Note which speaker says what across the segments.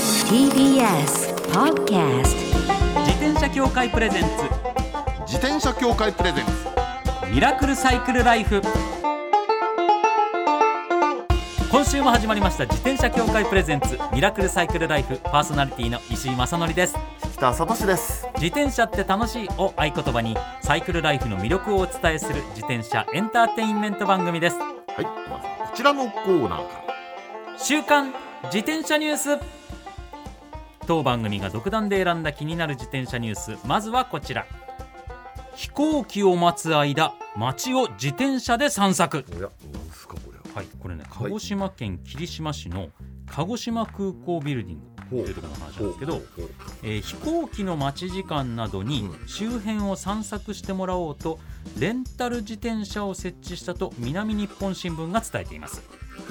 Speaker 1: TBS Podcast
Speaker 2: 自転車協会プレゼンツ
Speaker 3: 自転車協会プレゼンツ
Speaker 2: ミラクルサイクルライフ今週も始まりました自転車協会プレゼンツミラクルサイクルライフパーソナリティの石井正則です
Speaker 3: 北里志です
Speaker 2: 自転車って楽しいを合言葉にサイクルライフの魅力をお伝えする自転車エンターテインメント番組です
Speaker 3: はいまずこちらのコーナーか
Speaker 2: 週刊自転車ニュース当番組が独断で選んだ気になる自転車ニュースまずはこちら飛行機を待つ間街を自転車で散策
Speaker 3: らおやなんですかこれは
Speaker 2: はい、これね、鹿児島県霧島市の鹿児島空港ビルディングというところの話なんですけど、えー飛行機の待ち時間などに周辺を散策してもらおうとレンタル自転車を設置したと南日本新聞が伝えています、
Speaker 3: へ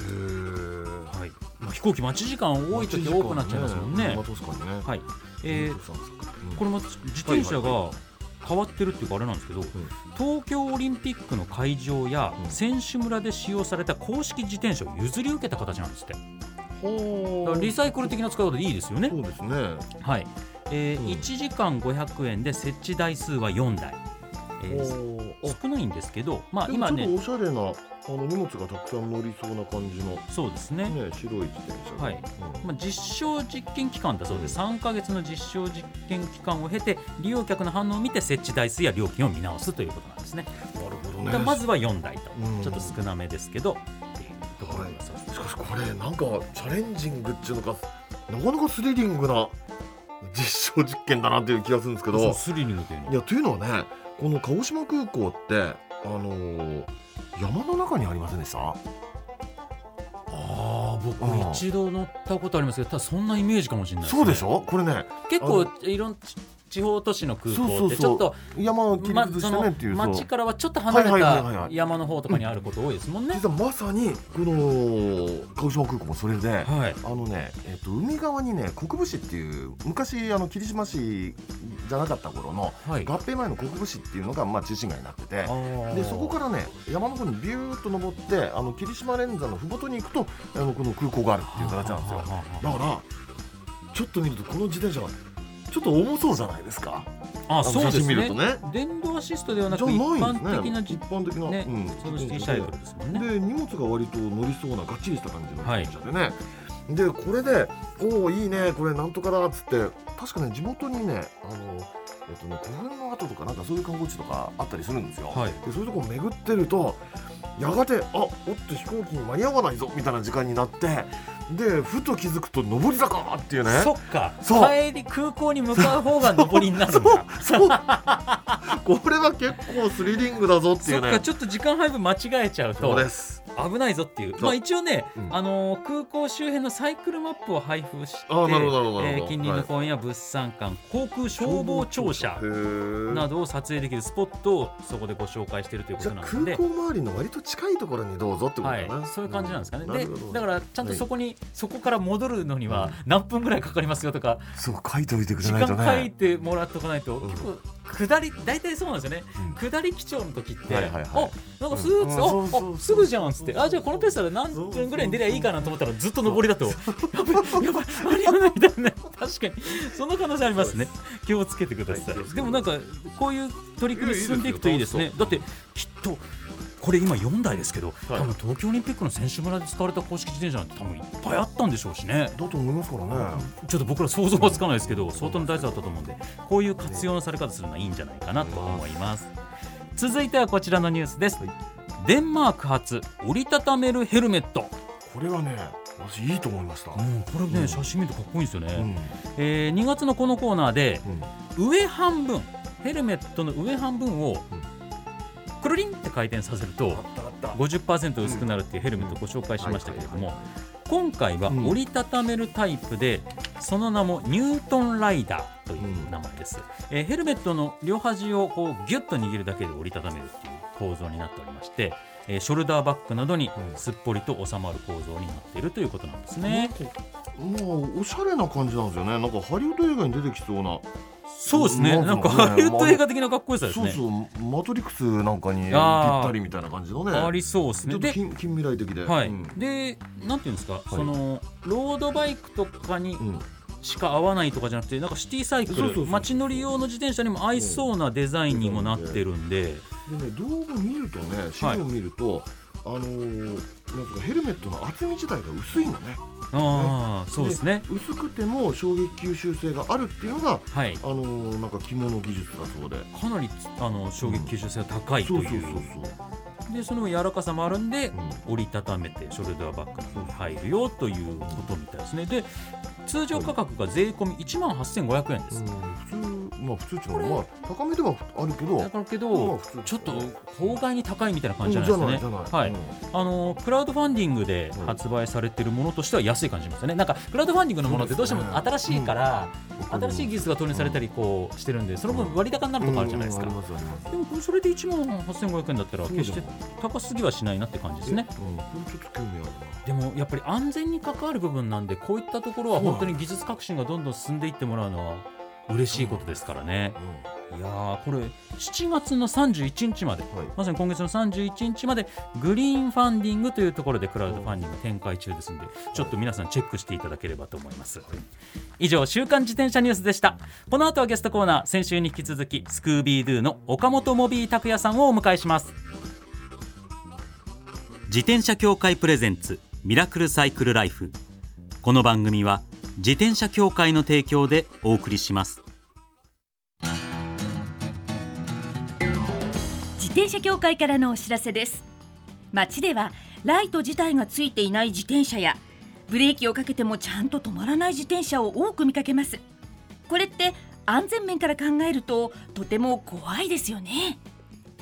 Speaker 2: はいまあ、飛行機待ち時間多い時多くなっちゃいますもんね
Speaker 3: まあ確かにね
Speaker 2: はいえー
Speaker 3: ー
Speaker 2: これも自転車が変わってるっていうかあれなんですけど、東京オリンピックの会場や
Speaker 3: うん
Speaker 2: 選手村で使用された公式自転車を譲り受けた形なんですってだ
Speaker 3: ほ
Speaker 2: から
Speaker 3: う
Speaker 2: リサイクル的な使い方でいいですよね
Speaker 3: そ。うですね
Speaker 2: はい。えー
Speaker 3: うん
Speaker 2: 1時間500円で設置台数は4台。えー
Speaker 3: ほう
Speaker 2: 少ないんですけど、まあ
Speaker 3: あで
Speaker 2: 今
Speaker 3: もちょ
Speaker 2: ね、
Speaker 3: っとおしゃれなあの荷物がたくさん乗りそうな感じのね
Speaker 2: そうですね。
Speaker 3: 白い自転車が
Speaker 2: はい
Speaker 3: うん
Speaker 2: まあ、実証実験期間だそうで3ヶ月の実証実験期間を経て利用客の反応を見て設置台数や料金を見直すということなんですね。
Speaker 3: なるほ
Speaker 2: だ
Speaker 3: ど
Speaker 2: から
Speaker 3: ね
Speaker 2: まずは4台と、
Speaker 3: うん
Speaker 2: ちょっと少なめですけど、っていうところがそうです
Speaker 3: しかしこれなんかチャレンジングっていうのかなかなかスリリングな実証実験だなっていう気がするんですけど
Speaker 2: そうスリリングというの
Speaker 3: いやというのはねこの鹿児島空港ってあのー山の中にありませんでした
Speaker 2: ああ、僕
Speaker 3: うん
Speaker 2: 一度乗ったことありますけど、ただそんなイメージかもしれないですね
Speaker 3: そうでしょこれね
Speaker 2: 結
Speaker 3: あ
Speaker 2: 構
Speaker 3: の
Speaker 2: いろんち地方都市の空
Speaker 3: そ
Speaker 2: 港
Speaker 3: う
Speaker 2: っ
Speaker 3: そ
Speaker 2: て
Speaker 3: う
Speaker 2: ちょっ
Speaker 3: そ
Speaker 2: と
Speaker 3: う山を切り
Speaker 2: ま
Speaker 3: 崩し
Speaker 2: そ
Speaker 3: て
Speaker 2: の
Speaker 3: ねっていうそう
Speaker 2: 町からはちょっと離れ
Speaker 3: はいはいはいはい
Speaker 2: た
Speaker 3: はい
Speaker 2: 山の方とかにあること多いですもんね
Speaker 3: 実。はまさにこの鹿児島空港もそれで。
Speaker 2: はい。
Speaker 3: あのね、えっと、海側にね国分市っていう昔あの霧島市じゃなかった頃の
Speaker 2: はい。
Speaker 3: 合併前の国分市っていうのが、まあ、中心街になっててで
Speaker 2: で
Speaker 3: そこからね山の方にビューっと登ってあの霧島連山の麓に行くとあのこの空港があるっていう形なんですよだからちょっと見るとこの自転車はちょっと重そうじゃないですか
Speaker 2: あ、そうです
Speaker 3: 見ると
Speaker 2: ね。
Speaker 3: ね
Speaker 2: 電動アシストではな
Speaker 3: じ
Speaker 2: く
Speaker 3: ゃ
Speaker 2: 一
Speaker 3: ないんですね
Speaker 2: 般的なじ
Speaker 3: 一般的な、
Speaker 2: ね
Speaker 3: うん
Speaker 2: そのシティサイクルですもんね。
Speaker 3: で荷物が割と乗りそうながっちりした感じの自転車でね、でこれで「おおいいねこれなんとかだ」っつって確かね地元にねあの、えっとね、古墳の跡とかなんかそういう観光地とかあったりするんですよ、
Speaker 2: はい。
Speaker 3: でそういうとこ巡ってるとやがてあおっと飛行機に間に合わないぞみたいな時間になってでふと気づくと上り坂っていうね
Speaker 2: そっか。
Speaker 3: そう
Speaker 2: 帰り空港に向かう方が上りになるんだ。
Speaker 3: そう これは結構スリリングだぞってい
Speaker 2: そうっか。
Speaker 3: ね
Speaker 2: ちょっと時間配分間違えちゃう
Speaker 3: そう
Speaker 2: と
Speaker 3: です
Speaker 2: 危ないぞっていう。
Speaker 3: そう
Speaker 2: まあ一応ね
Speaker 3: う、ん
Speaker 2: あのー空港周辺のサイクルマップを配布して、
Speaker 3: あーなるほどなるほどなるほど
Speaker 2: えー近隣の公園や物産館、航空消防庁舎
Speaker 3: へー
Speaker 2: などを撮影できるスポットをそこでご紹介しているというこ
Speaker 3: じ
Speaker 2: と
Speaker 3: ゃ
Speaker 2: な
Speaker 3: あ
Speaker 2: の
Speaker 3: 空
Speaker 2: で
Speaker 3: 港。周りの割と近いところにどうぞってこと
Speaker 2: は
Speaker 3: だ
Speaker 2: い
Speaker 3: な、、
Speaker 2: そういう感じなんですかね、で
Speaker 3: うなるほど
Speaker 2: だからちゃんと
Speaker 3: はい
Speaker 2: そこに、そこから戻るのには何分ぐらいかかりますよとか、
Speaker 3: そう書いておいてくれ
Speaker 2: 時
Speaker 3: ない
Speaker 2: 間
Speaker 3: と
Speaker 2: 書い
Speaker 3: ね
Speaker 2: てもらっとかないと、
Speaker 3: うん
Speaker 2: 結構下り大体そうなんですよね、下り基調の時って、
Speaker 3: はいはいはい
Speaker 2: あなんかスー
Speaker 3: うん
Speaker 2: ツ、
Speaker 3: あ
Speaker 2: あ
Speaker 3: そうそうそう
Speaker 2: あすぐじゃんっつってあじゃあこのペースなら何
Speaker 3: そうそうそう
Speaker 2: 分ぐらいに出りゃいいかなと思ったらずっと上りだとやばいやばい間に合わないみたいな確かにその可能性ありますね気をつけてください、
Speaker 3: はい
Speaker 2: でもなんかこういう取り組み進んでいくといいです
Speaker 3: い
Speaker 2: ね
Speaker 3: やいい
Speaker 2: だっ
Speaker 3: です
Speaker 2: て
Speaker 3: よ
Speaker 2: きっとこれ今4台ですけど、
Speaker 3: はい
Speaker 2: 多分東京オリンピックの選手村で使われた公式自転車なんて多分いっぱいあったんでしょうしね
Speaker 3: だと思いますからね、
Speaker 2: ちょっと僕ら想像はつかないですけど相当の大事だったと思うんでこういう活用のされ方するのはいいんじゃないかなと思います続いてはこちらのニュースです、
Speaker 3: は
Speaker 2: デンマーク発折りたためるヘルメット
Speaker 3: これはね私いいと思いました、
Speaker 2: うんこれね、
Speaker 3: うん
Speaker 2: 写真見るとかっこいいんですよね、
Speaker 3: うん
Speaker 2: えー2月のこのコーナーで
Speaker 3: うん
Speaker 2: 上半分ヘルメットの上半分をくるりんって回転させると
Speaker 3: たあった
Speaker 2: 50%薄くなるっていうヘルメットをご紹介しましたけれど
Speaker 3: う
Speaker 2: も今回は
Speaker 3: うん
Speaker 2: 折りたためるタイプでその名もニュートンライダーという名前です、えーヘルメットの両端をこうギュッと握るだけで折りたためるっていう構造になっておりまして、えーショルダーバッグなどに
Speaker 3: うん
Speaker 2: すっぽりと収まる構造になっているということなんですね、
Speaker 3: まあおしゃれな感じなんですよねなんかハリウッド映画に出てきそうな
Speaker 2: そうですねなんかハリウッド映画的なかっこよさです
Speaker 3: そう
Speaker 2: ね
Speaker 3: そうマトリックスなんかにぴっ
Speaker 2: あー
Speaker 3: たりみたいな感じのね
Speaker 2: ありそうです
Speaker 3: ち
Speaker 2: ね
Speaker 3: ょっと
Speaker 2: で
Speaker 3: 近近未来的で、
Speaker 2: はい
Speaker 3: うん
Speaker 2: でなんていうんですか、そのロードバイクとかに
Speaker 3: うん
Speaker 2: しか合わないとかじゃなくてなんかシティサイク
Speaker 3: そうそうそう
Speaker 2: ル街乗り用の自転車にも合いそうなデザインにもなってるんで、
Speaker 3: でね、動画見るとね、資料を見ると、あのーなんとかヘルメットの厚み自体が薄いのね。
Speaker 2: ああそうですね
Speaker 3: 薄くても衝撃吸収性があるっていうのが、
Speaker 2: はい
Speaker 3: あのーなんか着物技術だそうで。
Speaker 2: かなりつあの衝撃吸収性が高いと
Speaker 3: そう
Speaker 2: い
Speaker 3: そう
Speaker 2: う,、
Speaker 3: そうそう。
Speaker 2: でその柔らかさもあるんで、
Speaker 3: うん
Speaker 2: 折りたためてショルダーバッグに入るよということみたいですねで通常価格が税込み1万8500円で
Speaker 3: う
Speaker 2: す、
Speaker 3: ん普通、まあ普通っていうのは、まあ高めではあるけど、
Speaker 2: だからけ
Speaker 3: まあ
Speaker 2: ど
Speaker 3: 普通
Speaker 2: ちょっと法外に高いみたいな感じじゃないですかね、
Speaker 3: うんじゃないじゃな。
Speaker 2: はいい
Speaker 3: うん
Speaker 2: あのクラウドファンディングで発売されてるものとしては安い感じしますよね、なんかクラウドファンディングのものってどうしても新しいから、新しい技術が投入されたりこうしてるんで、その分割高になるとかあるじゃないですか、
Speaker 3: うんうんありますあります
Speaker 2: でもこれそれで1万8500円だったら、
Speaker 3: そう
Speaker 2: 決して
Speaker 3: でも
Speaker 2: 高すぎはしないなって感じですね。
Speaker 3: うんこれちょっと興味あるな。
Speaker 2: でもやっぱり安全に関わる部分なんで、こういったところは
Speaker 3: そうなん
Speaker 2: 本当に技術革新がどんどん進んでいってもらうのは嬉しいことですからね。いやー、これ、7月の31日まで。
Speaker 3: うんはい。
Speaker 2: まさに今月の31日までグリーンファンディングというところでクラウドファンディング展開中ですのでちょっと皆さんチェックしていただければと思います以上週刊自転車ニュースでしたこの後はゲストコーナー先週に引き続きスクービードゥの岡本モビー拓也さんをお迎えします自転車協会プレゼンツミラクルサイクルライフこの番組は自転車協会の提供でお送りします
Speaker 1: 自転車協会からのお知らせです街ではライト自体がついていない自転車やブレーキをかけてもちゃんと止まらない自転車を多く見かけますこれって安全面から考えるととても怖いですよね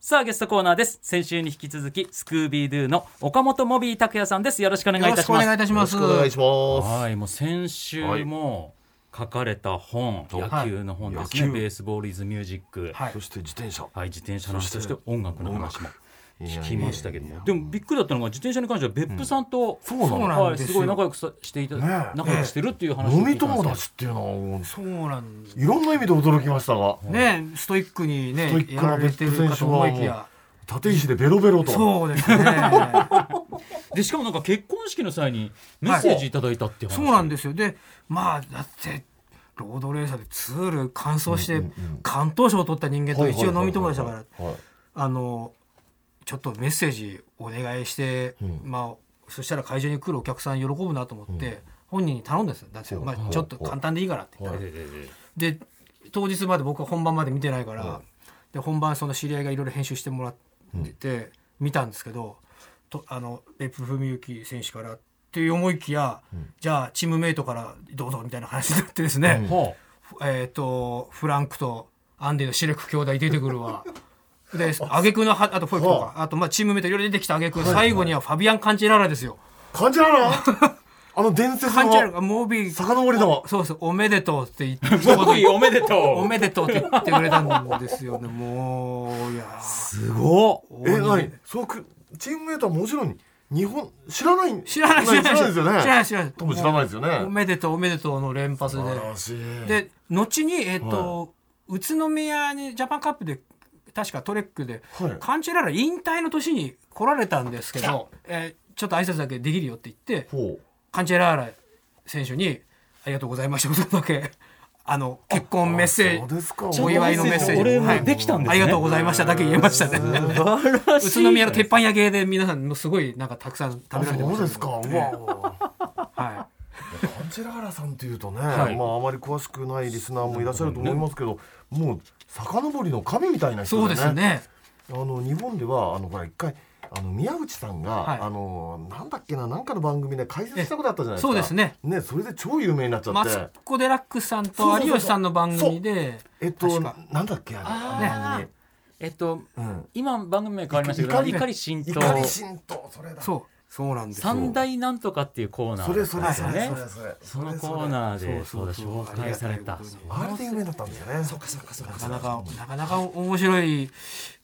Speaker 2: さあゲストコーナーです先週に引き続きスクービードゥの岡本モビー拓也さんですよろしくお願いいたします
Speaker 4: いいたし
Speaker 3: よろしくお願いします。
Speaker 2: はいもう先週も書かれた本、
Speaker 4: はい
Speaker 2: 野球の本ですね、
Speaker 3: 野球
Speaker 2: ベースボールイズミュージックは、
Speaker 4: はいい
Speaker 3: そして自転車。
Speaker 2: 自転車の話
Speaker 3: そ
Speaker 2: そ
Speaker 3: し
Speaker 2: してて音楽の話も聞きましたけども
Speaker 3: いやいやいや
Speaker 2: でもびっくりだったのが自転車に関しては別府さんと、
Speaker 3: そうなの
Speaker 4: そうな
Speaker 2: は
Speaker 4: ん
Speaker 2: い、
Speaker 4: ですよ
Speaker 2: すごい仲良くさしていた、
Speaker 3: ねえ
Speaker 2: 仲良くしてるっていう話を
Speaker 3: 飲
Speaker 2: 聞い
Speaker 3: み
Speaker 2: たんです
Speaker 3: 友
Speaker 2: けど
Speaker 3: 達っていうのはも
Speaker 4: そうなんです
Speaker 3: ういろんな意味で驚きましたが、
Speaker 4: ねストイックにね
Speaker 3: ストイックな
Speaker 4: やられてるかと思いきや
Speaker 3: 立石でベロベロと。
Speaker 4: そうですね
Speaker 2: でしかもなんか結婚式の際にメッセージいただいたっていう話、
Speaker 4: そうなん
Speaker 2: で
Speaker 4: ですよでまあだってロードレーサーでツール完走して
Speaker 3: うんうんうん
Speaker 4: 関東賞を取った人間と
Speaker 3: はいはい
Speaker 4: 一
Speaker 3: はいはい
Speaker 4: 応飲み友達だから
Speaker 3: はい
Speaker 4: あのちょっとメッセージお願いして、
Speaker 3: うん
Speaker 4: まあそしたら会場に来るお客さん喜ぶなと思って、本人に頼んだんですよだって、
Speaker 3: ほう
Speaker 4: ま
Speaker 3: ほう
Speaker 4: あ、ちょっと簡単でいいからって言ったら、で当日まで僕は本番まで見てないから、
Speaker 3: は
Speaker 4: で本番その知り合いがいろいろ編集してもらってて、見たんですけどとあの別府文幸選手からっていう思いきや、じゃあチームメイトからどうぞみたいな話になってですね、
Speaker 2: は
Speaker 4: えっ、とフランクとアンディのシレク兄弟出てくるわ。 で挙句のはあとフォイクとかあとまあチームメイトいろいろ出てきた挙句最後にはファビアン・カンチェラーラですよ。
Speaker 3: 感じな の？あの伝説
Speaker 4: カンチェラ
Speaker 3: の
Speaker 4: ーラ がモービー
Speaker 3: 遡りの。
Speaker 4: そうそうおめでとうって言って
Speaker 2: い、すごいおめでとう
Speaker 4: おめでとうって言ってくれたんですよ ね。もう、いやー。
Speaker 2: すごっ
Speaker 3: え、
Speaker 4: 大
Speaker 3: な
Speaker 4: 人
Speaker 3: に？そうくチームメイトはもちろん日本知らない。
Speaker 4: 知らない、知らない。
Speaker 3: ですよね。
Speaker 4: 知らない、知らない。
Speaker 3: 多分知らないですよね
Speaker 4: おめでとう、おめでとうの連発で。
Speaker 3: 素晴らしい。
Speaker 4: で、後に、えっと、宇都宮にジャパンカップで、確かトレックで
Speaker 3: はい、
Speaker 4: カンチェラーラ引退の年に来られたんですけど、えーちょっと挨拶だけできるよって言って、
Speaker 3: ほう。
Speaker 4: カンチェラーラ選手に、ありがとうございましたことだけ あの結婚メッ
Speaker 3: あ
Speaker 4: セー
Speaker 3: そう
Speaker 4: ジ
Speaker 3: ですか
Speaker 4: ちょお祝いのメッセージ
Speaker 5: お礼
Speaker 4: は
Speaker 5: も
Speaker 4: い
Speaker 5: できたんです
Speaker 4: あ
Speaker 5: ね、
Speaker 4: りがとうございましただけ言えましたね。
Speaker 5: 素晴らしい
Speaker 4: 宇都宮の鉄板焼きで皆さんのすごいなんかたくさん食べられて
Speaker 3: そ
Speaker 4: ま
Speaker 3: う
Speaker 4: した
Speaker 3: ですか。うわ。
Speaker 4: は、
Speaker 3: カンチェラーラさんというとね、
Speaker 2: はい
Speaker 3: まああまり詳しくないリスナーもいらっしゃると思いますけど、もう遡りの神みたいない人
Speaker 4: そうですね。
Speaker 3: あの日本ではあのこれ一回あの宮内さんが、
Speaker 4: はい
Speaker 3: あのなんだっけななんかの番組で解説したことあったじゃないですか。
Speaker 4: そうですね。
Speaker 3: ねそれで超有名になっちゃ
Speaker 4: マ
Speaker 3: って。
Speaker 4: ツコ・デラックスさんと有吉さんの番組で、
Speaker 3: えっと
Speaker 4: 確か
Speaker 3: なんだっけあれ。
Speaker 2: あーえっと
Speaker 3: あのね
Speaker 2: 今番組名変わりましたけど
Speaker 3: 怒り
Speaker 2: 怒り浸
Speaker 3: うん。
Speaker 2: 透
Speaker 3: 怒り神道それだ。
Speaker 4: そうそうなんですよ
Speaker 2: 三大なんとかっていうコーナ
Speaker 3: そ
Speaker 2: ーだっ
Speaker 3: れ
Speaker 2: た
Speaker 3: そ
Speaker 2: ん
Speaker 3: れ
Speaker 2: で
Speaker 3: そ
Speaker 2: す
Speaker 3: れ
Speaker 2: よ
Speaker 3: そ
Speaker 2: ね
Speaker 3: れそれそれ。
Speaker 2: そのコーナーで
Speaker 4: そ
Speaker 2: そうう
Speaker 4: そう
Speaker 2: だ
Speaker 4: そう
Speaker 2: 紹介された
Speaker 4: ありがたいことに
Speaker 3: あれで有名だったんですよね。そうかそうかそう
Speaker 4: なかなかなかなか面白い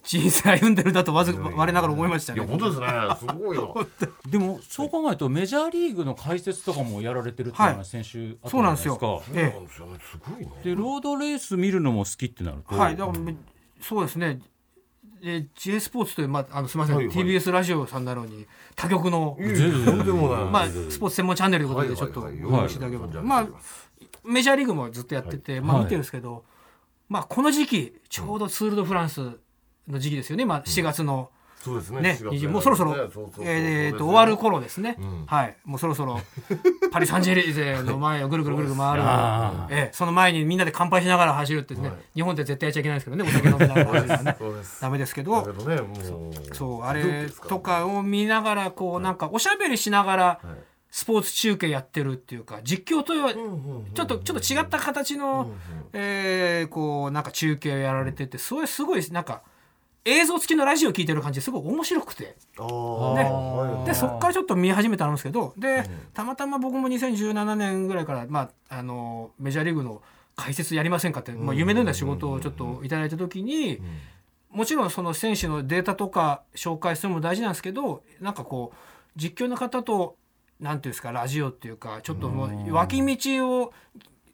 Speaker 4: 人生歩んでるなとわず我ながら思いました
Speaker 3: いや
Speaker 4: ね。
Speaker 3: 本当ですね。すごいよ。
Speaker 2: でもそう考えるとメジャーリーグの解説とかもやられてるっていうの
Speaker 4: は
Speaker 2: はい先週あったじ
Speaker 4: そう
Speaker 2: ゃ
Speaker 4: な
Speaker 2: なんい
Speaker 4: で
Speaker 2: ですすか
Speaker 4: よ。。
Speaker 3: そう
Speaker 4: え
Speaker 3: なんですよね。すごいね。
Speaker 2: でロードレース見るのも好きってなる
Speaker 4: え、
Speaker 2: と、
Speaker 4: はいだからめそうですね。え J スポーツというまああのすみません、
Speaker 3: はいはい
Speaker 4: TBS ラジオさんなのに他局の
Speaker 3: いや
Speaker 2: 全然
Speaker 3: とんでもない。
Speaker 4: まあスポーツ専門チャンネルということでちょっと
Speaker 3: はいはいはい
Speaker 4: お話しいただければと、まあメジャーリーグもずっとやってて、まあ
Speaker 2: はい
Speaker 4: 見てるんですけど、まあこの時期ちょうどツール・ド・フランスの時期ですよね、まあ7月の
Speaker 3: そうですね。
Speaker 4: ね、
Speaker 3: 4月
Speaker 4: 20もうそろそろ
Speaker 3: ねううそう
Speaker 4: えーと
Speaker 3: そうですね
Speaker 4: 終わる頃ですね、
Speaker 3: うん
Speaker 4: はいもうそろそろパリ・サンジェリゼの前をぐるぐるぐるぐる回る、
Speaker 2: あ
Speaker 4: ええその前にみんなで乾杯しながら走るってね、
Speaker 3: はい
Speaker 4: 日本で絶対やっちゃいけないんですけどねお酒飲みながら走るのは ね
Speaker 3: そうです。
Speaker 4: ダメですけ
Speaker 3: だけ
Speaker 4: ど
Speaker 3: どね、もう。
Speaker 4: そう
Speaker 3: ど
Speaker 4: あれ
Speaker 3: です
Speaker 4: と。かを見ながらこうなんかおしゃべりしながら
Speaker 3: はい
Speaker 4: スポーツ中継やってるっていうか実況とは
Speaker 3: うんうんうん
Speaker 4: ちょっとちょっと違った形
Speaker 3: うん
Speaker 4: の
Speaker 3: うん、
Speaker 4: えーこうなんか中継をやられててそれすごいなんか映像付きのラジオ聞いてる感じですごい面白くて
Speaker 3: あー
Speaker 2: ね
Speaker 3: はいはい
Speaker 2: あ
Speaker 4: で
Speaker 2: ー
Speaker 4: そこからちょっと見始めたんですけどでたまたま僕も2017年ぐらいから、まあ、あのメジャーリーグの解説やりませんかって、まあ、夢のような仕事をちょっといただいた時にもちろんその選手のデータとか紹介するのも大事なんですけどなんかこう実況の方となんていうんですかラジオっていうかちょっともう脇道を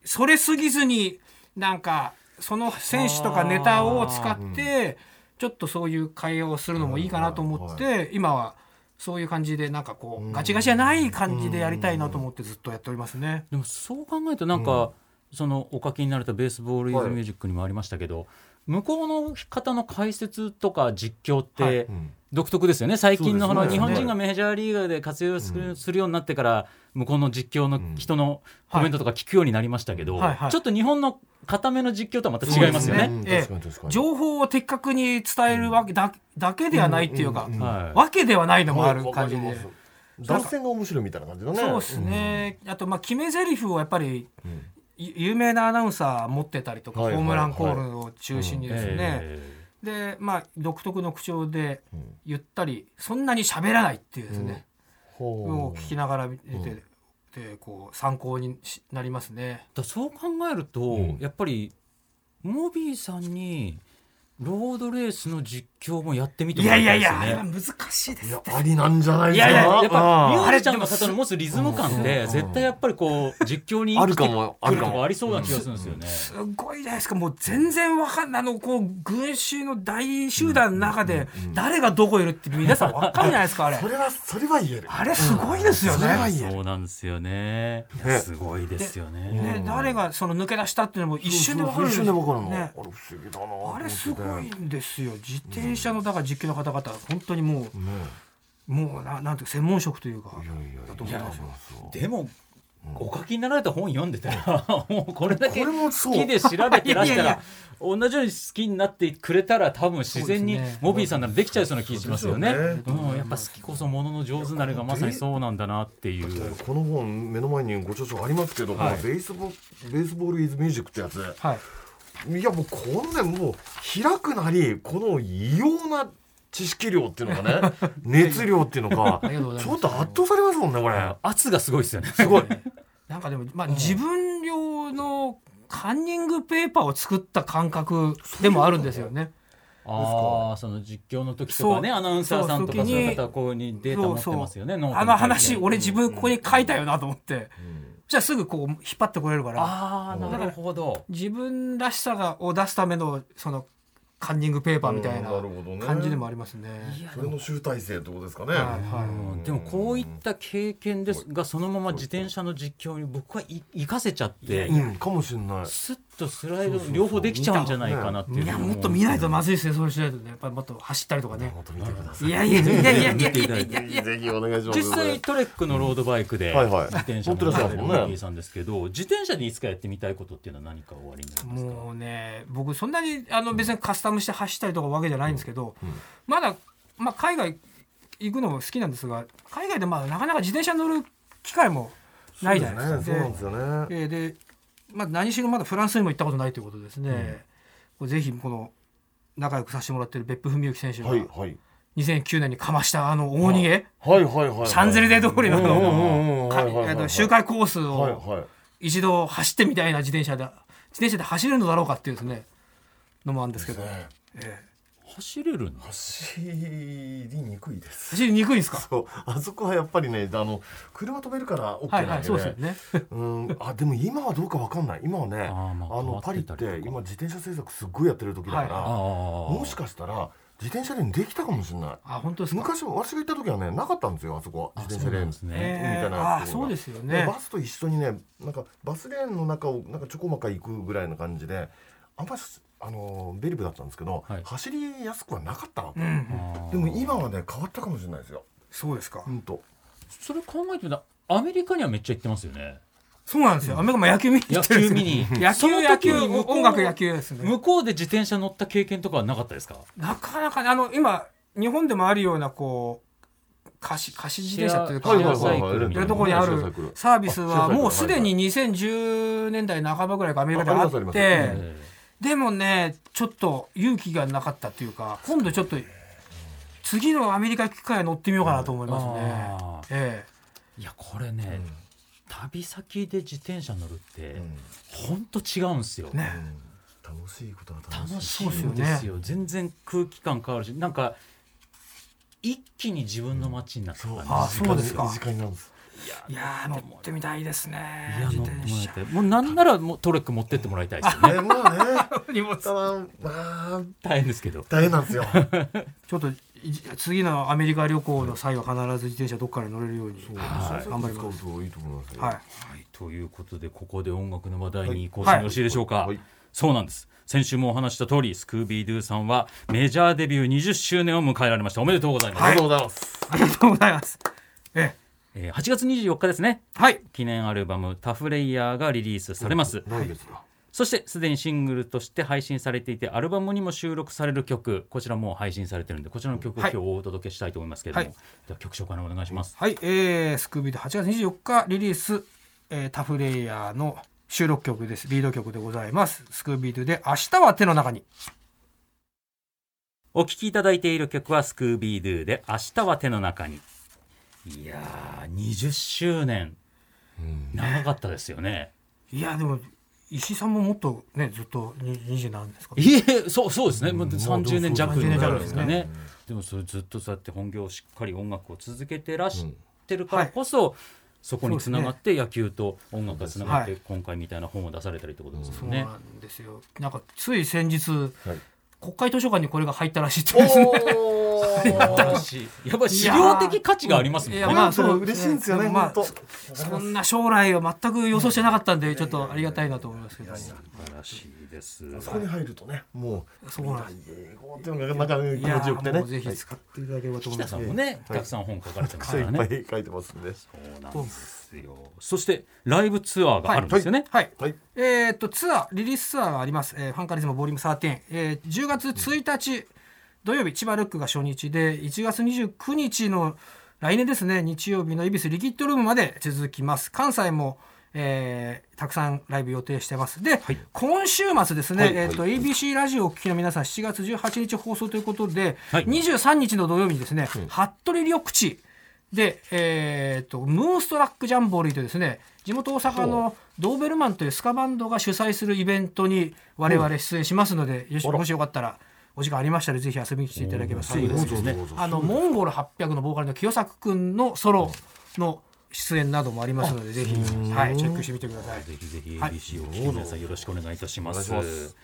Speaker 4: それすぎずになんかその選手とかネタを使ってちょっとそういう会話をするのもいいかなと思って今はそういう感じでなんかこうガチガチじゃない感じでやりたいなと思ってずっとやっておりますね。
Speaker 2: でもそう考えるとなんか、そのお書きになれたベースボールイズミュージックにもありましたけど、向こうの方の解説とか実況っ
Speaker 4: は
Speaker 2: て
Speaker 3: うん
Speaker 2: 独特ですよね、最近の
Speaker 3: そ
Speaker 2: こ
Speaker 3: うですね
Speaker 2: の日本人がメジャーリーガーで活用する,、するようになってから向こうの実況の人のコメントとか聞くようになりましたけど、
Speaker 4: はいはいはい
Speaker 2: ちょっと日本の固めの実況とはまた違いますよね。
Speaker 3: うん
Speaker 4: ええ
Speaker 3: 確かに確かに。
Speaker 4: 情報を的確に伝えるわけだだけではないっていうか、
Speaker 3: うんうんうん
Speaker 2: はい
Speaker 4: わけではないのもある感じで、
Speaker 3: わかります脱線が面白いみたいな感じだね。
Speaker 4: そうですね、あとまあ決め台詞をやっぱり、ゆ有名なアナウンサー持ってたりとか、
Speaker 3: はいはいはい
Speaker 4: ホームランコールを中心にですね、
Speaker 2: え
Speaker 4: でまあ独特の口調でゆったりそんなに喋らないっていうですね、
Speaker 3: うん。
Speaker 4: を
Speaker 3: ほ
Speaker 4: 聞きながら見て、でこう参考にしなりますね。
Speaker 2: だそう考えると、
Speaker 3: ん
Speaker 2: やっぱりモビーさんにロードレースの実況もやってみて
Speaker 4: い
Speaker 2: もら
Speaker 4: やい
Speaker 2: いた
Speaker 4: や
Speaker 2: い
Speaker 4: い
Speaker 2: ですよね。
Speaker 4: や、あれは難しいで
Speaker 3: うい
Speaker 4: す
Speaker 3: や。ありなんじゃないですか。
Speaker 4: いやいや
Speaker 2: やっぱミュ
Speaker 4: あ
Speaker 2: ー
Speaker 4: れ
Speaker 2: ジシャンの方の持つリズム感って絶対やっぱりこう実況に
Speaker 3: あ
Speaker 2: 生
Speaker 3: る
Speaker 2: き
Speaker 3: か
Speaker 2: て
Speaker 3: も
Speaker 2: くるとかありそうな気がするんですよね。
Speaker 4: すごいじゃないですかもう全然わかんないあのこう群衆の大集団の中で誰がどこいるって皆さんわかるじゃないですかあれ
Speaker 3: それはそれは言える。
Speaker 4: あれすごいですよ
Speaker 3: それは
Speaker 4: ね,、
Speaker 3: 言える。
Speaker 2: そうなんですよね。いやすごいですよね。
Speaker 4: ね誰がその抜け出したっていうのも一瞬でわかる
Speaker 3: 一瞬でわかるの。あれ
Speaker 4: ね
Speaker 3: 不思議だなと思って
Speaker 4: あ
Speaker 3: て。
Speaker 4: れすごいんですよ自転車のだから実況の方々本当にもう、もうななんていうか専門職というかだと思いますよ
Speaker 2: でもお書きになられた本読んでたらもうこれだけ
Speaker 3: これも
Speaker 2: 好
Speaker 3: そう
Speaker 2: きで調べてらし
Speaker 4: い
Speaker 2: た
Speaker 4: やいや
Speaker 2: ら同じように好きになってくれたら多分自然に
Speaker 4: そうですね
Speaker 2: モビーさんならできちゃいそうな気がしますよね。
Speaker 3: そう
Speaker 2: う
Speaker 3: で
Speaker 2: んやっぱ好きこそものの上手なれがまさにそうなんだなっていう。
Speaker 3: でこの本目の前にご著書ありますけど、
Speaker 2: はい
Speaker 3: このベースボベースボールイズミュージックってやつい
Speaker 4: はい
Speaker 3: やもうこのねもう開くなりこの異様な知識量っていうの がね熱量っていうのが
Speaker 4: りがとうござい
Speaker 3: ち
Speaker 4: ま
Speaker 3: ょっ
Speaker 4: す
Speaker 3: と圧倒されますもんねこれ
Speaker 2: 圧がすごいですよね。
Speaker 3: すごい
Speaker 4: なんかでも、まあ、自分用のカンニングペーパーを作った感覚でもあるんですよね。
Speaker 2: ああ、その実況の時とかね、
Speaker 4: そう
Speaker 2: アナウンサーさんとか
Speaker 4: そう
Speaker 2: そういう方
Speaker 4: そ
Speaker 2: はこうにデータ持ってますよね。ノート
Speaker 4: あ
Speaker 2: に書い
Speaker 4: の
Speaker 2: て
Speaker 4: 話俺自分ここに書いたよなと思って、じゃあすぐこう引っ張ってこれるから
Speaker 2: ああ、なるほど。
Speaker 4: 自分らしさがを出すためのそのカンニングペーパーみたいな
Speaker 3: うんなるほどね
Speaker 4: 感じでもありますね。
Speaker 1: いや
Speaker 3: それの集大成ってことですかね。
Speaker 4: はいは
Speaker 2: でもこういった経験ですがそのまま自転車の実況に僕は生かせちゃって
Speaker 3: うん、かもしれない。
Speaker 2: スッとスライド両方できちゃうんじゃないかなってい
Speaker 4: いういやもっと見ないとまずいですね。そうしないとねやっぱりもっと走ったりとかね。
Speaker 3: 本当見てくださ
Speaker 4: いやいやいやいやいや
Speaker 2: 見てい
Speaker 4: い
Speaker 2: ただ
Speaker 4: や
Speaker 2: い
Speaker 4: い
Speaker 2: て
Speaker 4: やいや。
Speaker 3: い。ぜひお願いします。
Speaker 2: 実際トレックのロードバイクで
Speaker 3: はい
Speaker 2: 自
Speaker 3: はい
Speaker 2: 転車乗って
Speaker 3: 乗ってらっしゃ
Speaker 2: る
Speaker 3: いますも
Speaker 2: ロッ
Speaker 3: んね
Speaker 2: キーさんですけど自転車でいつかやってみたいことっていうのは何か終わりになりますか
Speaker 4: もうね僕そんなにあの別にカスタムして走ったりとかわけじゃないんですけど、まだ、まあ、海外行くのも好きなんですが海外でまあなかなか自転車乗る機会もないじゃないです
Speaker 3: そう
Speaker 4: か。
Speaker 3: なんですよね。
Speaker 4: えーで、まあ、何しろまだフランスにも行ったことないということですね、これぜひこの仲良くさせてもらってる別府文幸選手が
Speaker 3: はいはい。
Speaker 4: 2009年にかましたあの大逃げ、
Speaker 3: はいはいはい。
Speaker 4: シャンゼリゼ通りの
Speaker 3: うんうんうん
Speaker 4: か
Speaker 3: はいはいはい
Speaker 4: あの周回コース
Speaker 3: はい
Speaker 4: を
Speaker 3: はい。
Speaker 4: 一度走ってみたいな自転車で自転車で走れるのだろうかっていうですねのもあるんですけど、
Speaker 3: ね
Speaker 4: ええ
Speaker 2: 走れるの
Speaker 3: 走りにくいです。
Speaker 4: 走りにくいんですか
Speaker 3: そうあそこはやっぱりねあの車飛べるからオッケ
Speaker 4: はい
Speaker 3: ーな
Speaker 4: は
Speaker 3: ん
Speaker 4: い
Speaker 3: で
Speaker 4: そうですよ
Speaker 3: ね。
Speaker 4: ね
Speaker 3: うんあでも今はどうかわかんない。今は
Speaker 2: あ
Speaker 3: ねあ
Speaker 2: ーまあ
Speaker 3: のパ
Speaker 2: 変
Speaker 3: リ
Speaker 2: わ
Speaker 3: っ
Speaker 2: っててたりとか
Speaker 3: 今自転車制作すっごいやってる時だか
Speaker 2: あ
Speaker 3: ら、
Speaker 2: あ
Speaker 3: もしかしたら自転車レーンできたかもしれない。
Speaker 4: あ本当ですか
Speaker 3: 昔も私が行った時はねなかったんですよあそこは自転車レーン
Speaker 2: あそうなんですね
Speaker 3: みたいなところが
Speaker 4: ああそうですよ
Speaker 3: で
Speaker 4: ね
Speaker 3: バスと一緒にねなんかバスレーンの中をなんかちょこまか行くぐらいの感じであんまりあのベリブだったんですけど、
Speaker 2: はい
Speaker 3: 走りやすくはなかったの、
Speaker 2: ああ
Speaker 3: でも今はね変わったかもしれないですよ
Speaker 4: そうですか
Speaker 3: うんと
Speaker 2: それ考えてみたらアメリカにはめっちゃ行ってますよね
Speaker 4: そうなんですよアメリカも野球見に行
Speaker 2: 野
Speaker 4: ってるんで
Speaker 2: 球
Speaker 4: すよ
Speaker 2: 見に
Speaker 4: 野
Speaker 2: その
Speaker 4: 球野
Speaker 2: 時
Speaker 4: 球
Speaker 2: に向こう
Speaker 4: 音楽野球ですね
Speaker 2: 向こうで自転車乗った経験とかはなかったですか
Speaker 4: なかなかねあの今日本でもあるようなこう貸し貸し自転車というか
Speaker 2: シ
Speaker 3: は
Speaker 2: ェ
Speaker 3: い
Speaker 2: アシェアサ
Speaker 3: はいはい
Speaker 2: イクルみ
Speaker 4: い
Speaker 2: た
Speaker 4: う
Speaker 2: い
Speaker 4: と
Speaker 2: な
Speaker 4: ころにあ
Speaker 3: シェア
Speaker 4: る
Speaker 3: サイクル
Speaker 4: サービス
Speaker 3: あシェアサイ
Speaker 4: は
Speaker 3: クル
Speaker 4: もうすでに2010年代半ばぐらいからアメリカであ
Speaker 3: ああり
Speaker 4: っ
Speaker 3: ますあり
Speaker 4: て
Speaker 3: ます
Speaker 2: ええ
Speaker 4: でもねちょっと勇気がなかったというか今度ちょっと次のアメリカ行く機会は乗ってみようかなと思いますね
Speaker 2: ああ。
Speaker 4: え
Speaker 2: いやこれね、旅先で自転車乗るって、
Speaker 3: うん
Speaker 2: ほんと違うんですよ、
Speaker 4: えね
Speaker 3: うん楽しいことは楽しい
Speaker 2: 楽しい
Speaker 4: そ
Speaker 2: ん
Speaker 4: う
Speaker 2: で
Speaker 4: ですす
Speaker 2: よ全然空気感変わるしなんか一気に自分の街になった感じ、
Speaker 4: あそうですか
Speaker 3: 身近になるんです
Speaker 4: いやー乗ってみたいですね
Speaker 2: いや
Speaker 4: 自
Speaker 2: 乗って
Speaker 4: 転
Speaker 2: もらい
Speaker 4: 車
Speaker 2: たいもうなんならもうトレック持ってってもらいたいですよね
Speaker 3: ねまあね
Speaker 4: 荷物
Speaker 3: ただまあ
Speaker 2: 大変ですけど
Speaker 3: 大変なんですよ
Speaker 4: ちょっとい次のアメリカ旅行の際は必ず自転車どっかで乗れるようにはい頑張ります。
Speaker 3: 使うといいと思いますよ
Speaker 4: はい
Speaker 2: はい、ということでここで音楽の話題に移行してもよろしいでしょうか、
Speaker 3: はいはい
Speaker 2: そうなんです先週もお話しした通りスクービードゥさんはメジャーデビュー20周年を迎えられましたおめでとうございます、
Speaker 3: ありがとうございます
Speaker 4: ありがとうございます。ええ、
Speaker 2: えー8月24日ですね
Speaker 4: はい。
Speaker 2: 記念アルバム「タフレイヤー」がリリースされます、
Speaker 3: ないですか
Speaker 2: そしてすでにシングルとして配信されていてアルバムにも収録される曲こちらもう配信されてるんでこちらの曲を今
Speaker 4: はい
Speaker 2: 日お届けしたいと思いますけれども、
Speaker 4: はい
Speaker 2: では曲紹介のお願いします、
Speaker 4: はい、えー、スクービーで8月24日リリース、えータフレイヤーの収録曲です。リード曲でございます。スクービードゥで明日は手の中に。
Speaker 2: お聴きいただいている曲は「スクービードゥ」で「明日は手の中に」いやー20周年長かったですよね。
Speaker 4: いや、でも、石井さんももっとね、ずっと20何ですか
Speaker 2: いえそうそうですね、もう30年弱
Speaker 3: そう
Speaker 2: にな
Speaker 4: 30
Speaker 2: る
Speaker 4: 年
Speaker 2: んですかねでもそれずっとそうやって本業をしっかり音楽を続けてらしてるからこそ、そこにつながって野球と音楽がつながっ
Speaker 4: そ
Speaker 2: て
Speaker 4: うで
Speaker 2: 今回みたいな本を出されたりってことです
Speaker 4: そ
Speaker 2: よ
Speaker 4: う
Speaker 2: ね
Speaker 4: な。んですよ。なんか、つい先日、
Speaker 3: はい
Speaker 4: 国会図書館にこれが入ったらしいってですね。
Speaker 3: お
Speaker 2: 新
Speaker 3: ー
Speaker 2: しいやっぱり資料的価値がありますもん
Speaker 4: い
Speaker 2: ね。
Speaker 4: や
Speaker 3: い
Speaker 4: ま
Speaker 3: や
Speaker 4: あ
Speaker 3: そ
Speaker 4: そうう
Speaker 3: 嬉しいんですよね
Speaker 4: まあ
Speaker 3: 本当
Speaker 4: そんな将来を全く予想してなかったんで、ちょっとありがたいなと思いますけど。
Speaker 2: 素晴らしいです。
Speaker 3: そこに入るとねもう
Speaker 4: そうなん
Speaker 3: 未来永劫っていうのがなんかね気持ちよくて
Speaker 4: いやー
Speaker 3: ね
Speaker 4: もうぜ
Speaker 3: は
Speaker 4: ひ
Speaker 3: い
Speaker 4: 使っていただければと
Speaker 2: 北
Speaker 4: 思います。
Speaker 2: さんもね、たくさん本書かれてます
Speaker 3: 癖
Speaker 2: か
Speaker 3: い
Speaker 2: ら
Speaker 3: っ
Speaker 2: ね。
Speaker 3: ぱい書いてますんで。
Speaker 2: そうなんですよ。そしてライブツアーがあるんですよね。
Speaker 4: はい。
Speaker 3: はい。
Speaker 4: えーっとツアーリリースツアーがあります。えーファンカリズムボリューム13、えー10月1日、土曜日千葉ルックが初日で、1月29日の来年ですね日曜日の恵比寿リキッドルームまで続きます。関西も。えーたくさんライブ予定してますで、
Speaker 2: はい
Speaker 4: 今週末ですね、
Speaker 3: はい
Speaker 4: えーっと
Speaker 3: はい
Speaker 4: ABC ラジオをお聞きの皆さん7月18日放送ということで、
Speaker 2: はい
Speaker 4: 23日の土曜日にですね、服部緑地で、えーっとムーンストラックジャンボリーというですね地元大阪のドーベルマンというスカバンドが主催するイベントに我々出演しますので、よし
Speaker 3: あら
Speaker 4: もしよかったらお時間ありましたらぜひ遊びに来ていただければ
Speaker 2: そうです
Speaker 3: どうぞ
Speaker 2: ね
Speaker 3: どうぞ
Speaker 4: あのモンゴル800のボーカルの清作くんのソロの出演などもありますのでぜひ、はい、チェックしてみてください。
Speaker 2: ぜひぜひ
Speaker 4: はい
Speaker 2: ABC をお聞きの皆さんよろしくお願いいたします。
Speaker 3: お願いします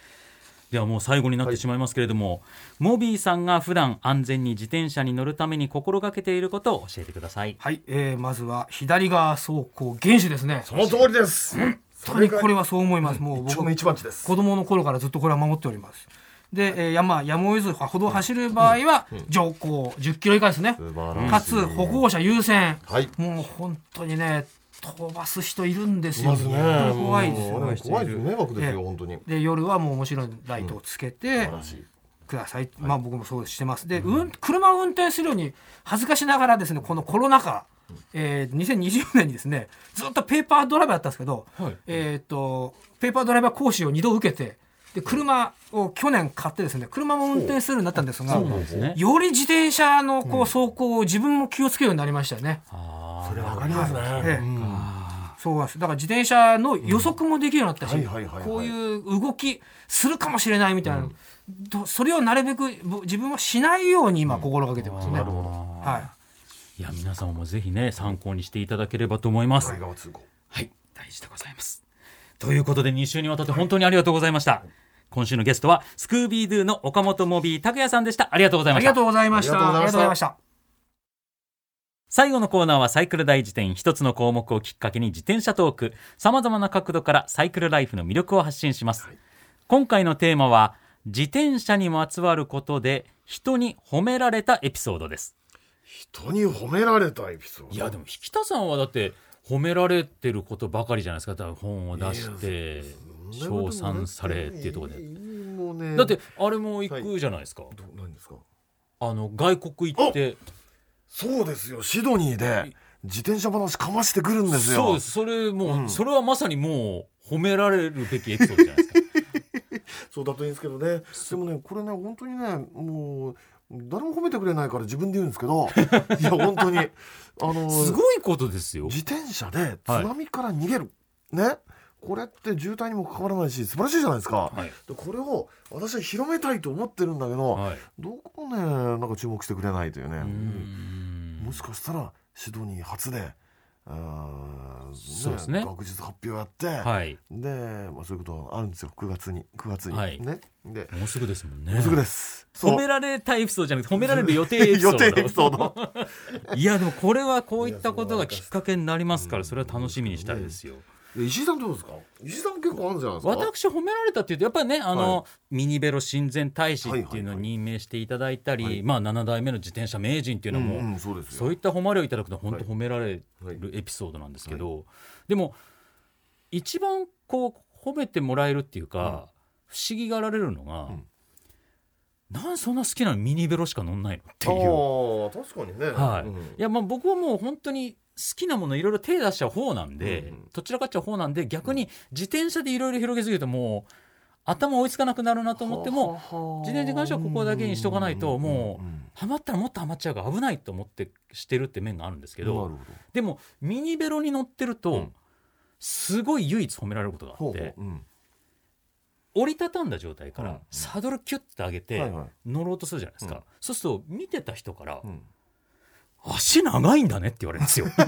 Speaker 2: でではもう最後になってしまいますけれども、モビーさんが普段安全に自転車に乗るために心がけていることを教えてください。
Speaker 4: はい、えーまずは左側走行厳守ですね
Speaker 3: その通りです。
Speaker 4: 本当にこれはそう思います、も
Speaker 3: 一
Speaker 4: う僕
Speaker 3: 丁目一番地です。
Speaker 4: 子供の頃からずっとこれは守っておりますで、えー山やむを得ず歩道を走る場合は徐行10キロ以下ですね
Speaker 3: 素晴らしい
Speaker 4: かつ歩行者優先
Speaker 3: はい。
Speaker 4: もう本当にね飛ばす人いるんです
Speaker 3: い
Speaker 4: よ
Speaker 3: ますね。
Speaker 4: 本当に怖いですよ
Speaker 3: もうね怖いですよ。迷惑です
Speaker 4: え
Speaker 3: よ
Speaker 4: え
Speaker 3: 本当に。素
Speaker 4: で夜はもうもちろんライトをつけて
Speaker 3: 晴らしい。
Speaker 4: ください、まあ僕もそうしてますで、うん、車を運転するように恥ずかしながらですねこのコロナ禍、えー、2020年にですねずっとペーパードライバーだったんですけど、
Speaker 2: はい
Speaker 4: えーっとペーパードライバー講習を2度受けてで車を去年買ってですね車も運転するようになったんですが
Speaker 2: そうなんですね。
Speaker 4: より自転車のこう走行を自分も気をつけるようになりましたよね。
Speaker 2: あ
Speaker 3: それわかりますね。
Speaker 4: ええ
Speaker 3: うん
Speaker 4: そうなんですだから自転車の予測もできるようになった
Speaker 3: うん
Speaker 4: し
Speaker 3: はいはいはいはい
Speaker 4: こういう動きするかもしれないみたいな、どそれをなるべくぼ自分はしないように今心がけてますね。
Speaker 2: はい、いや皆さんもぜひね参考にしていただければと思います
Speaker 3: 海。側通行。
Speaker 2: はい、大事でございます。ということで2週にわたって本当にありがとうございました。今週のゲストはスクービードゥの岡本モビー拓也さんでした。ありがとうござい
Speaker 4: あ
Speaker 2: ま
Speaker 4: り
Speaker 2: した
Speaker 4: が。とうございました。
Speaker 3: ありがとうございました
Speaker 4: した。
Speaker 2: 最後のコーナーはサイクル大辞典一つの項目をきっかけに自転車トークさまざまな角度からサイクルライフの魅力を発信します、今回のテーマは自転車にまつわることで人に褒められたエピソードです
Speaker 3: 人に褒められたエピソード。
Speaker 2: いやでも引田さんはだって褒められてることばかりじゃないですか多分本を出して称賛されっていうところで
Speaker 3: もうね。
Speaker 2: だってあれも行くじゃないですか、
Speaker 3: ど何ですか。
Speaker 2: あの外国行って
Speaker 3: そうですよシドニーで自転車話かましてくるんですよ。
Speaker 2: そうですそれもう、
Speaker 3: うん
Speaker 2: それはまさにもう褒められるべきエピソードじゃないです か
Speaker 3: そうだといいんですけどねでもねこれね本当にねもう誰も褒めてくれないから自分で言うんですけど いや本当にあの
Speaker 2: すごいことですよ。
Speaker 3: 自転車で津波から逃げる、ねこれって渋滞にもかかわらないし素晴らしいじゃないですか、
Speaker 2: はい
Speaker 3: でこれを私は広めたいと思ってるんだけど、
Speaker 2: はい。
Speaker 3: どこもねなんか注目してくれないというね
Speaker 2: うん
Speaker 3: もしかしたらシドニー初であー
Speaker 2: そうですね
Speaker 3: 学術発表やって、
Speaker 2: はい。
Speaker 3: で、まあ、そういうことがあるんですよ9月に9月に、
Speaker 2: はい
Speaker 3: ねで
Speaker 2: もうすぐですもんね。
Speaker 3: もうすぐです。
Speaker 2: 褒められたエピソードじゃなくて褒められる予定エ
Speaker 3: 予
Speaker 2: ピソード。
Speaker 3: 定エピソー ド。
Speaker 2: いやでもこれはこういったことがきっかけになりますからそれは楽しみにしたいですよ。
Speaker 3: 石井さんどうですか。石井さん結構あるんじゃないですか。
Speaker 2: 私褒められたっていうとやっぱりねあの、
Speaker 3: は
Speaker 2: ミニベロ親善大使っていうの
Speaker 3: はいはいは
Speaker 2: を
Speaker 3: い
Speaker 2: 任命していただいたり、
Speaker 3: はい
Speaker 2: まあ7代目の自転車名人っていうのも、
Speaker 3: うんうんそうですよ。
Speaker 2: そういった誉れをいただくのは本当
Speaker 3: はい
Speaker 2: 褒められ
Speaker 3: はい
Speaker 2: るエピソードなんですけど、でも一番こう褒めてもらえるっていうか、不思議がられるのが、
Speaker 3: ん
Speaker 2: なんそんな好きなのミニベロしか乗んないのっていう。
Speaker 3: ああ確かにね。
Speaker 2: はい
Speaker 3: うん
Speaker 2: いやまあ僕はもう本当に好きなものいろいろ手出しちゃう方なんで、
Speaker 3: うんうん
Speaker 2: どちらかっちゃう方なんで逆に自転車でいろいろ広げすぎるともう頭追いつかなくなるなと思っても自転車に関してはここだけにしとかないともうハマったらもっとハマっちゃうから危ないと思ってしてるって面があるんですけ
Speaker 3: け
Speaker 2: ど、
Speaker 3: なる
Speaker 2: でもミニベロに乗ってると、
Speaker 3: うん
Speaker 2: すごい唯一褒められることがあ
Speaker 3: ほ
Speaker 2: っ
Speaker 3: ど。ほう
Speaker 2: て
Speaker 3: ほううん
Speaker 2: 折りたたんだ状態か
Speaker 3: うん
Speaker 2: らサドルキュッて上げ
Speaker 3: はい
Speaker 2: て
Speaker 3: はい
Speaker 2: 乗ろうとするじゃないですか、
Speaker 3: うん
Speaker 2: そうすると見てた人から
Speaker 3: うん
Speaker 2: 「足長いんだね」って言われるんですよ。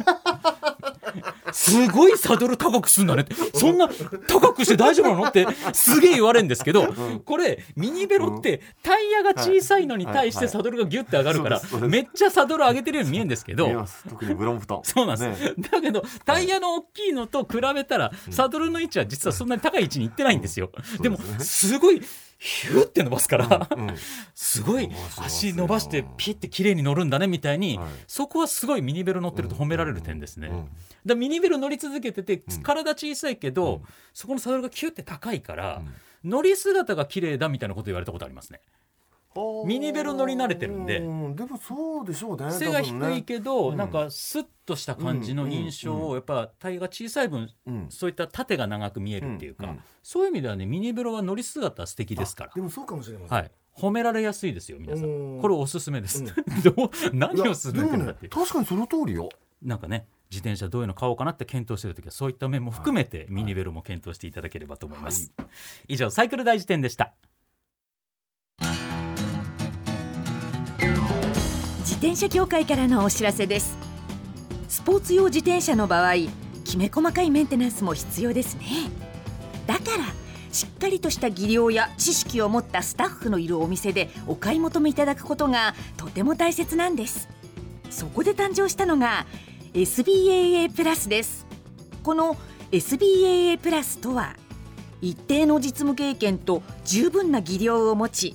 Speaker 2: すごいサドル高くすんだねってそんな高くして大丈夫なのってすげえ言われるんですけど
Speaker 3: ん
Speaker 2: これミニベロってタイヤが小さいのに対してサドルがギュッて上がるから
Speaker 3: はいはいそうですそうです
Speaker 2: めっちゃサドル上げてるように見えるんですけど
Speaker 3: 見えます特にブロンプトン。
Speaker 2: そうなんです、
Speaker 3: ね。
Speaker 2: だけどタイヤの大きいのと比べたら、サドルの位置は実はそんなに高い位置にいってないんですよ、
Speaker 3: うん
Speaker 2: でも
Speaker 3: そうですね
Speaker 2: すごいヒューって伸ばすから、
Speaker 3: うん
Speaker 2: すごい
Speaker 3: 伸ばしますよ
Speaker 2: 足伸ばしてピッて綺麗に乗るんだねみたいに、
Speaker 3: はい
Speaker 2: そこはすごいミニベル乗ってると褒められる点ですね、
Speaker 3: うん
Speaker 2: だからミニベル乗り続けてて
Speaker 3: うん
Speaker 2: 体小さいけど、
Speaker 3: うん
Speaker 2: そこのサドルがキューって高いから、乗り姿が綺麗だみたいなこと言われたことありますね
Speaker 3: うん
Speaker 2: ミニベロ乗り慣れてるんで
Speaker 3: うでもそうでしょうね。
Speaker 2: 背が低
Speaker 3: 多分
Speaker 2: い
Speaker 3: ね。
Speaker 2: けど、
Speaker 3: うん
Speaker 2: なんかスッとした感じの印象
Speaker 3: うんうん
Speaker 2: をやっぱタイヤが小さい分
Speaker 3: うん。
Speaker 2: そういった縦が長く見えるっていうか、
Speaker 3: うんうん
Speaker 2: そういう意味ではねミニベロは乗り姿は素敵ですから
Speaker 3: あでもそうかもしれません。
Speaker 2: はい、褒められやすいですよ皆さ
Speaker 3: うん
Speaker 2: んこれおすすめです、
Speaker 3: うん
Speaker 2: どう
Speaker 3: いや。
Speaker 2: 何をするん
Speaker 3: でも
Speaker 2: だ
Speaker 3: ね
Speaker 2: っていう、
Speaker 3: 確かにその通りよ。
Speaker 2: なんかね自転車どういうの買おうかなって検討してる時はそういった面も含めてミニベロも検討していただければと思います、以上サイクル大辞典でした
Speaker 1: 自転車協会からのお知らせですスポーツ用自転車の場合きめ細かいメンテナンスも必要ですねだからしっかりとした技量や知識を持ったスタッフのいるお店でお買い求めいただくことがとても大切なんですそこで誕生したのが SBAA プラスですこの SBAA プラスとは一定の実務経験と十分な技量を持ち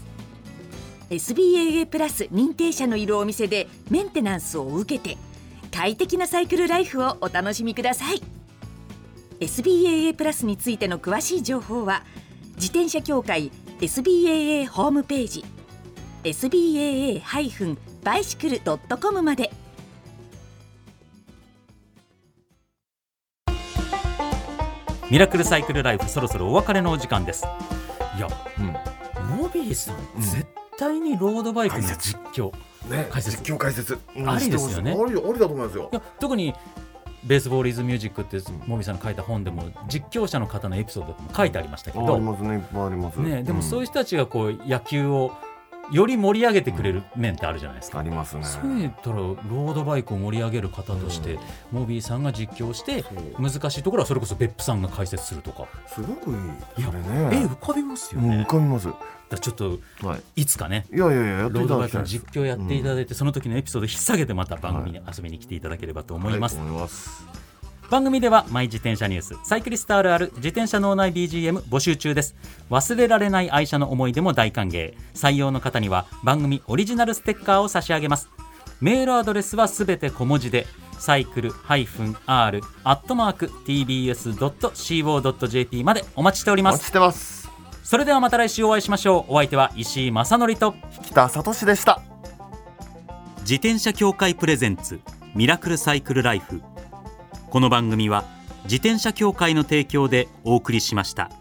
Speaker 1: SBAA プラス認定者のいるお店でメンテナンスを受けて快適なサイクルライフをお楽しみください SBAA プラスについての詳しい情報は自転車協会 SBAA ホームページ SBAA-bicycle.com まで
Speaker 2: ミラクルサイクルライフそろそろお別れのお時間ですいやモビーさん、
Speaker 3: うん
Speaker 2: 絶対にロードバイクの実況
Speaker 3: ね
Speaker 2: 解説
Speaker 3: 実況解説うん
Speaker 2: ありですよね
Speaker 3: してほしいありありだと思いますよ
Speaker 2: いや特にベースボールイズミュージックってモビーさんの書いた本でも実況者の方のエピソードとかも書いてありましたけ
Speaker 3: あ
Speaker 2: ど、
Speaker 3: りますねいっぱいあります
Speaker 2: ね、でもそういう
Speaker 3: い
Speaker 2: 人たちがこう野球をより盛り上げてくれる面ってあるじゃないですか。
Speaker 3: ありますね
Speaker 2: そういうたらロードバイクを盛り上げる方として、
Speaker 3: うん
Speaker 2: モービーさんが実況して
Speaker 3: そう
Speaker 2: 難しいところはそれこそ別府さんが解説するとか、
Speaker 3: すごくいい
Speaker 2: いや
Speaker 3: それ
Speaker 2: え
Speaker 3: ね
Speaker 2: 浮かびますよ
Speaker 3: うん
Speaker 2: ね、だ
Speaker 3: 浮
Speaker 2: か
Speaker 3: かびますは
Speaker 2: らちょっと
Speaker 3: い
Speaker 2: いつかね
Speaker 3: いやいやいややって
Speaker 2: ロ
Speaker 3: い
Speaker 2: ード
Speaker 3: た
Speaker 2: バ
Speaker 3: だ
Speaker 2: イ
Speaker 3: き
Speaker 2: ク
Speaker 3: たい
Speaker 2: の
Speaker 3: です
Speaker 2: 実況やっていただいて、その時のエピソード引っ提げてまた番組に遊びに来ていただければと思います、
Speaker 3: はい思います
Speaker 2: 番組ではマイ自転車ニュースサイクリストあるある自転車脳内 BGM 募集中です忘れられない愛車の思い出も大歓迎採用の方には番組オリジナルステッカーを差し上げますメールアドレスはすべて小文字でサイクル -r アットマーク tbs.co.jp までお待ちしており
Speaker 3: お
Speaker 2: ま
Speaker 3: 待ち
Speaker 2: す
Speaker 3: してます
Speaker 2: それではまた来週お会いしましょうお相手は石井正則と
Speaker 3: 北里でした
Speaker 2: 自転車協会プレゼンツミラクルサイクルライフこの番組は自転車協会の提供でお送りしました。